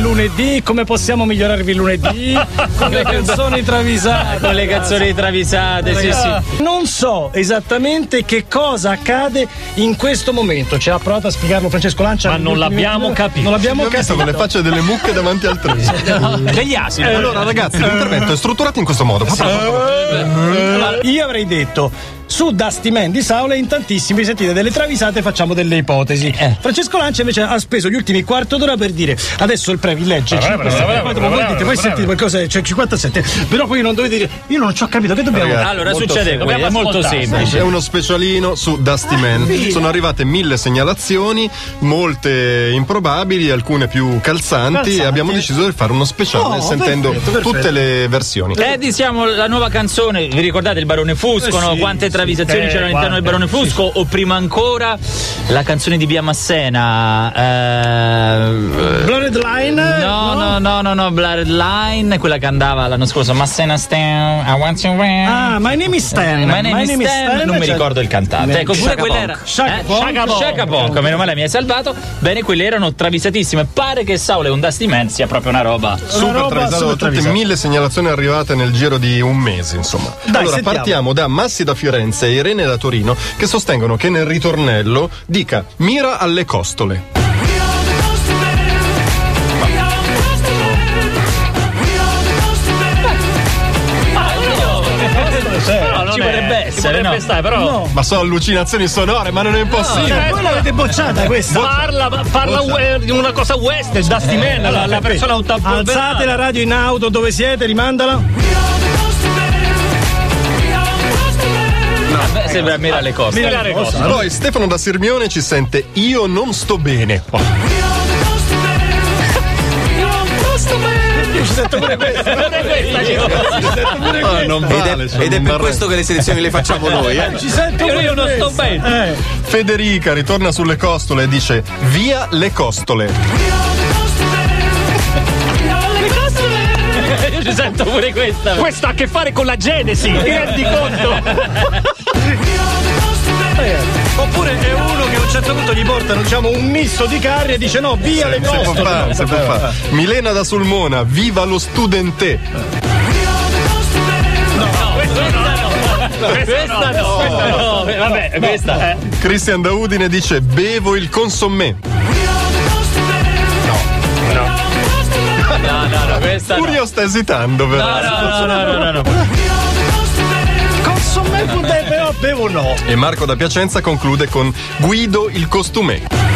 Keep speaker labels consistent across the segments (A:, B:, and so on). A: Lunedì, come possiamo migliorarvi lunedì?
B: Con le canzoni travisate.
A: Con le canzoni travisate, sì, sì. Non so esattamente che cosa accade in questo momento. Ce l'ha provato a spiegarlo Francesco Lancia.
B: Ma non l'abbiamo capito.
A: Non l'abbiamo
C: Abbiamo
A: capito.
C: visto con le facce delle mucche davanti al treno.
B: Degli asini.
C: Allora, ragazzi, l'intervento è strutturato in questo modo.
A: Allora, Io avrei detto. Su Dusty Man di Saule in tantissimi sentite delle travisate e facciamo delle ipotesi. Francesco Lancia invece ha speso gli ultimi quarto d'ora per dire adesso il Previ legge 57, poi dopo voi dite, voi sentite qualcosa, cioè 57, però poi non dovete dire io non ci ho capito che dobbiamo
C: Ragazzi,
B: Allora
C: molto
B: succede
C: semplice.
B: così, è molto
C: È
B: semplice.
C: uno specialino su
A: Ah,
C: Dusty Man. Sono arrivate mille segnalazioni, molte improbabili, alcune più calzanti.
A: Calzanti.
C: E abbiamo deciso di fare uno speciale
A: Oh,
C: sentendo
A: perfetto, perfetto.
C: tutte le versioni.
B: Eh, diciamo la nuova canzone, vi ricordate il Barone Fusco?
A: Eh,
B: no?
A: sì,
B: Quante
A: sì.
B: travisazioni
A: Eh,
B: c'erano all'interno del
A: guarda,
B: Barone Fusco? O prima ancora la canzone di Via Massena? eh,
A: Blurred Line?
B: No, no, no, no, no, Blurred Line, quella che andava l'anno scorso, Massena Stan, I want you around.
A: Ah, my name is Stan.
B: My name is Stan, non mi
A: cioè-
B: ricordo il cantante. Ecco, pure
A: Shaka
B: quella
A: Ponk.
B: era
A: Shaka
B: eh,
A: Ponk.
B: Shaka Ponk. Shaka Ponk, meno male mi hai salvato. Bene, quelle erano travisatissime. Pare che Saul e un Dusty Man sia proprio una roba.
A: Una
C: Super
A: roba
C: travisato,
A: super
C: tutte
A: travisato.
C: mille segnalazioni arrivate nel giro di un mese, insomma.
A: Dai,
C: allora
A: sentiamo.
C: partiamo da Massi da Firenze e Irene da Torino che sostengono che nel ritornello dica mira alle costole.
B: Ci vorrebbe essere, no?
D: stare, però
C: Ma sono allucinazioni sonore, ma non è impossibile.
A: Cioè, voi l'avete bocciata questa.
D: parla, parla we- di una cosa western, Dusty Man, la, la persona
A: Alzate la radio in auto dove siete, rimandala.
B: Beh, sembra mira le cose.
A: Mira-
D: Spiegare cosa.
C: Poi Stefano da Sirmione ci sente Io non sto bene. Ma non vale,
E: ed
C: cioè,
E: è, ed è
C: non
E: per
C: vale.
E: questo che le selezioni le facciamo noi. Eh.
A: Ci sento
D: Io non sto
A: questa.
D: bene.
A: Eh,
C: Federica ritorna sulle costole e dice Via le costole.
B: Io ci sento pure questa.
D: Questa ha a che fare con la Genesi, ti rendi conto?
A: Oppure è uno che a un certo punto gli portano diciamo, un misto di carri e dice no, via le
C: Se Eh, può
A: costole.
C: fare, se può fare. Milena da Sulmona, viva lo studente.
B: Questa no, questa no. Vabbè, questa.
C: Christian da Udine dice bevo il consommé.
B: No, no, no, questa. No,
C: Furio sta esitando, però.
B: no, no, no, no, no, no.
A: Consomme pur dai, però Eh, bevo no.
C: E Marco da Piacenza conclude con Guido il costume.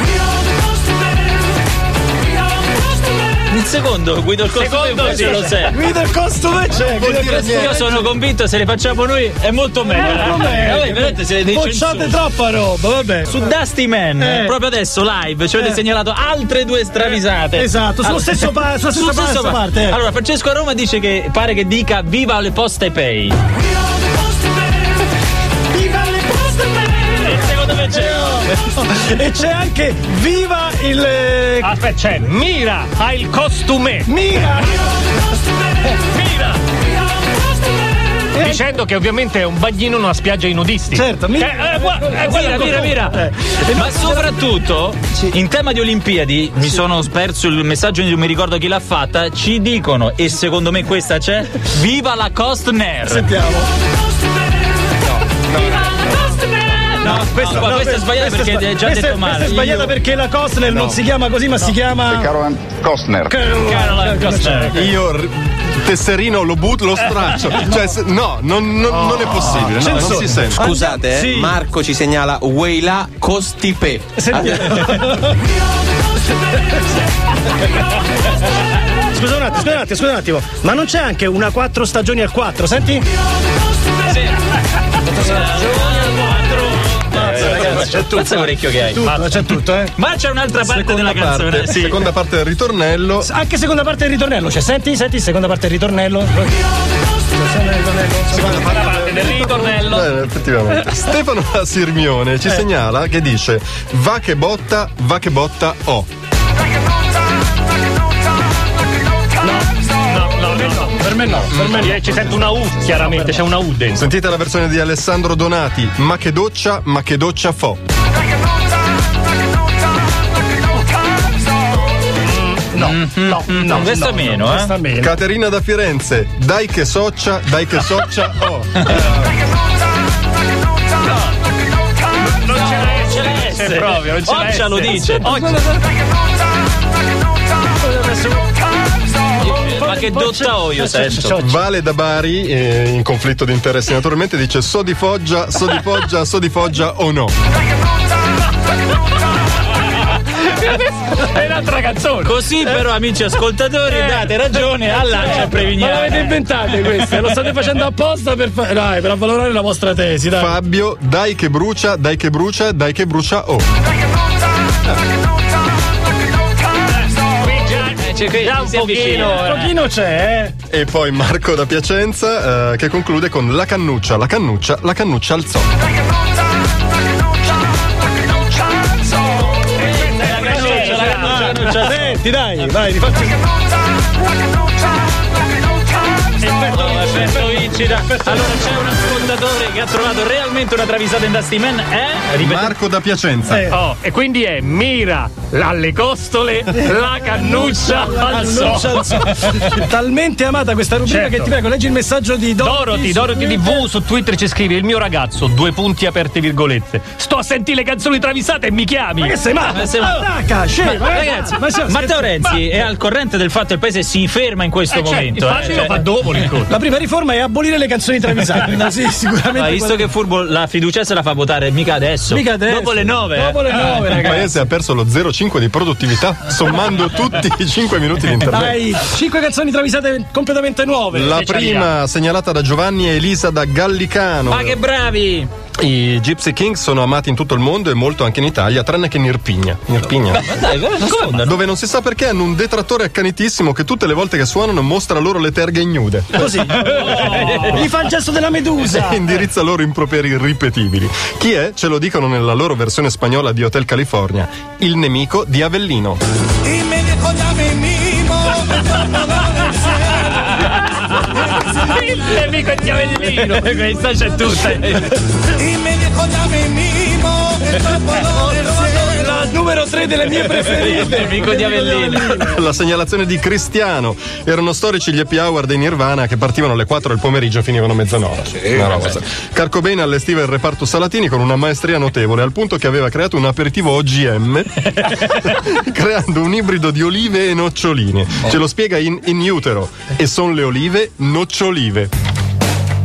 B: Il secondo Guido il costume sì. lo sai.
A: Guida il costume c'è. guida il costume
B: Io sono convinto se le facciamo noi è molto meglio.
A: com'è?
B: Eh, voi veramente se le dice in
A: Bocciate
B: su.
A: troppa roba, vabbè.
B: su Dusty Man,
A: Eh.
B: proprio adesso live, ci avete
A: Eh.
B: segnalato altre due stravisate.
A: Esatto, sullo
B: Allora-
A: stesso pa- sulla
B: Sul
A: stessa pa-
B: stesso
A: stessa
B: pa-
A: parte. eh.
B: Allora, Francesco a Roma dice che pare che dica viva le poste pay. Secondo me c'è.
A: E c'è anche viva il eh,
B: Ah.
D: Aspetta, c'è Mira ha il costume.
A: Mira!
D: Dicendo che ovviamente è un bagnino in una spiaggia di nudisti.
A: Certo, Mira.
D: Eh, eh, gua- eh, guarda,
B: Mira, mira, mira.
D: eh.
B: Ma soprattutto, in tema di Olimpiadi, mi sono perso il messaggio, non mi ricordo chi l'ha fatta. Ci dicono, e secondo me questa c'è, viva la Costner!
A: Sentiamo.
B: No, questo,
A: No,
B: questo è
A: questo-
B: sbagliato
A: questo
B: perché
A: sbag-
B: è già
A: questa-
B: detto male.
A: Questa è sbagliata
B: Io-
A: perché la Costner non si chiama così, ma si chiama.
F: Carolan Costner.
B: Caroline Costner.
C: Io r- tesserino lo butto, lo straccio. Cioè, se- no, non, non- non è possibile. No, non si sente.
E: Scusate, eh, Marco ci segnala Weila Costipe.
B: Ah.
A: Scusa un attimo, scusa un attimo, scusa un attimo. Ma non c'è anche una 4 stagioni al 4, senti?
B: C'è tutto. l'orecchio che hai.
A: Tutto, c'è tutto, eh.
B: Ma c'è un'altra parte della canzone.
C: Parte-
B: sì.
C: Seconda parte del ritornello.
A: Anche seconda parte del ritornello, cioè, senti, senti, seconda parte del ritornello.
D: Del ritornello. Eh.
C: Eh, effettivamente. Stefano da Sirmione ci segnala che dice va che botta, va che botta ho.
D: No, no, no, no. Per me no, per me Ci sento una U, chiaramente, c'è una U dentro.
C: Sentite la versione di Alessandro Donati, ma che doccia, ma che doccia fo.
D: No, no, no.
B: Questa
D: no,
B: meno,
D: no,
B: eh.
D: Questa meno.
C: Caterina da Firenze, dai che soccia, dai che soccia, oh.
D: Non ce l'è, ce l'è,
B: S.
D: c'è proprio, non ce l'è.
B: Occia lo dice. Ma che dotta ho io
D: Cioè,
B: sento?
C: Vale da Bari, eh, in conflitto di interessi naturalmente, dice so di Foggia, so di Foggia, so di Foggia o no.
D: cioè, È un'altra canzone.
B: Così
D: Eh.
B: però amici ascoltatori date ragione all'Ancia
D: certo. Ma l'avete
B: Prevignano.
D: inventate queste? Lo state facendo apposta per, fa- dai, per avvalorare la vostra tesi, dai.
C: Fabio, dai che brucia, dai che brucia, dai che brucia o.
B: Cioè, qui
D: Già
B: ci
D: un
B: si avvicina.
D: pochino, eh. un pochino c'è, eh.
C: E poi Marco da Piacenza eh, che conclude con la cannuccia, la cannuccia, la cannuccia alzò.
A: Ah, Senti, dai, vai, rifacci.
B: Perfetto, perfetto, vincita. Oh, Allora c'è un ascoltatore che ha trovato realmente una travisata in Dusty Man, eh? Ripetiamo.
C: Marco da Piacenza.
A: Eh.
D: Oh, e quindi è mira alle costole, la cannuccia al
A: Annuncia
D: sol.
A: il suo- Talmente amata questa rubrica
D: Certo.
A: che ti prego, leggi il messaggio di
D: Dorothy,
A: Dorothy.
D: Dorothy TV su Twitter ci scrive il mio ragazzo, due punti aperte virgolette. Sto a sentire le canzoni travisate e mi chiami. Eh, Ma che sei
A: Ma
B: Ma sei-
A: attacca, scemo, eh,
B: Ragazzi,
A: ma siamo
B: Matteo
A: scherzi-
B: Renzi è al corrente del fatto che il paese si ferma in questo momento. eh,
D: Infatti
B: cioè-
D: lo fa dopo l'incontro.
A: La prima riforma è abolire le canzoni travisate. Ma sì,
B: Ma
A: sicuramente.
B: visto che furbo la fiducia se la fa votare mica adesso.
A: Mica adesso.
B: Dopo le 9.
D: eh.
A: Dopo le nove,
C: Il
A: ragazzi.
C: paese ha perso lo 0,5 di produttività sommando tutti i 5 minuti di intervento.
A: Dai, cinque canzoni travisate completamente nuove.
C: La
A: Che ci arriva.
C: prima segnalata da Giovanni e Elisa da Gallicano.
B: Ma che bravi!
C: I Gypsy Kings sono amati in tutto il mondo e molto anche in Italia, tranne che in Irpigna. In Irpigna.
B: Ma dai, come nascondono?
C: Dove non si sa perché hanno un detrattore accanitissimo che tutte le volte che suonano mostra loro le terghe ignude.
A: Così. Gli fa il gesto della medusa.
C: e indirizza loro improperi irripetibili. Chi è? Ce lo dicono nella loro versione spagnola di Hotel California. Il nemico di Avellino.
D: Il nemico è Chiavellino. Questa c'è tutta.
A: La numero tre delle mie preferite.
B: Il nemico di Avellino.
C: La segnalazione di Cristiano. Erano storici gli happy hour dei Nirvana che partivano alle 4 del pomeriggio e finivano mezzanotte. Una roba sa- Carcobain allestiva il reparto Salatini con una maestria notevole, al punto che aveva creato un aperitivo OGM, creando un ibrido di olive e noccioline. Ce lo spiega in, in utero. E sono le olive nocciolive.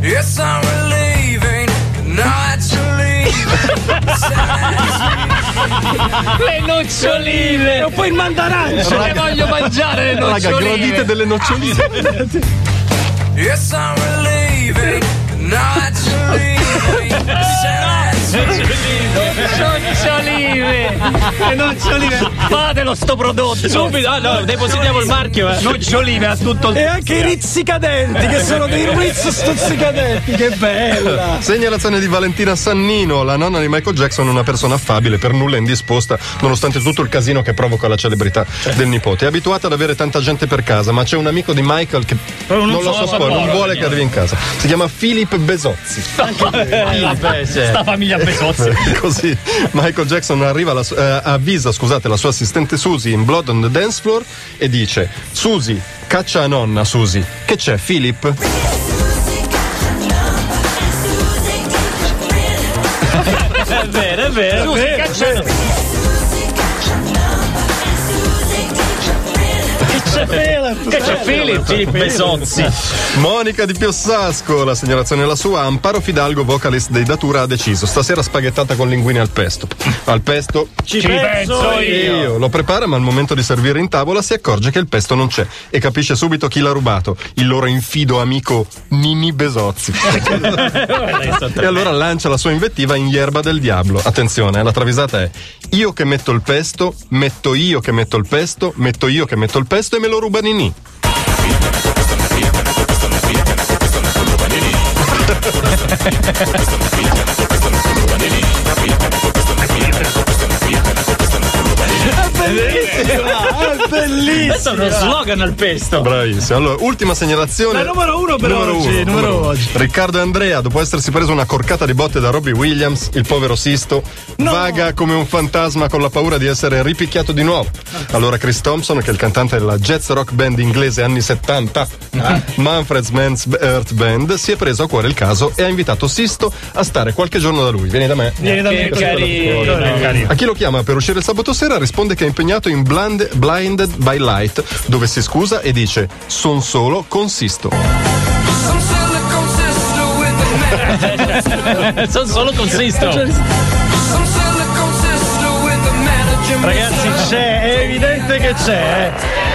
F: Yes, I'm relieving. Not to
D: Le noccioline.
A: E poi il mandarancio.
D: Ce le voglio mangiare le
C: Raga,
D: noccioline.
C: gradite delle noccioline.
F: Yes, I'm relieving. Not to
D: Noccioline. Le noccioline. Fatelo sto prodotto.
B: Subito, ah no, depositiamo il marchio. eh.
D: Noccioline a tutto il
A: E anche i rizzicadenti, che sono dei Ritz stuzzicadenti. Che bella.
C: Segnalazione di Valentina Sannino, la nonna di Michael Jackson, una persona affabile, per nulla indisposta, nonostante tutto il casino che provoca la celebrità del nipote. È abituata ad avere tanta gente per casa, ma c'è un amico di Michael che non, lo sopporta, non vuole che arrivi in casa. Si chiama Philip Besozzi.
D: eh,
C: Eh,
D: Sta famiglia Besozzi.
C: Così Michael Jackson arriva alla su- eh, avvisa, scusate, la sua assistente Susie in Blood on the Dance Floor e dice: Susie, caccia a nonna, Susie. Che c'è, Philip?
B: È vero, è vero. è vero.
A: Che
D: C'è Philip.
B: Filippo Besozzi.
C: Monica di Piossasco, la segnalazione è la sua, Amparo Fidalgo, vocalist dei Datura, ha deciso. Stasera spaghettata con linguine al pesto. Al pesto
D: Ci penso io.
C: io lo prepara, ma al momento di servire in tavola si accorge che il pesto non c'è e capisce subito chi l'ha rubato, il loro infido amico Nini Besozzi. e allora lancia la sua invettiva in Yerba del Diablo. Attenzione, eh, la travisata è: Io che metto il pesto, metto io che metto il pesto, metto io che metto il pesto e me lo ruba Nini.
A: È bellissima, è
B: Questo è uno
A: bellissima.
B: slogan al pesto.
C: Bravissimo. Allora, ultima segnalazione.
A: La numero uno per
C: Numero
A: oggi,
C: uno,
A: numero
C: uno.
A: oggi.
C: Riccardo e Andrea, dopo essersi preso una corcata di botte da Robbie Williams, il povero Sisto, vaga come un fantasma con la paura di essere ripicchiato di nuovo. Allora Chris Thompson, che è il cantante della jazz rock band inglese anni 70,
A: Ah.
C: Manfred's Man's Earth Band, si è preso a cuore il caso e ha invitato Sisto a stare qualche giorno da lui. Vieni da me.
A: Vieni da me
B: Che
A: così
B: carino.
A: te la faccio vedere.
C: A chi lo chiama per uscire il sabato sera risponde che è impegnato in Blind- Blinded by Light, dove si scusa e dice: Son solo, consisto.
F: Some silicone sister with a man.
B: Sono solo consisto.
F: Some silicone sister with a manager.
A: Ragazzi, c'è, è evidente che c'è. eh.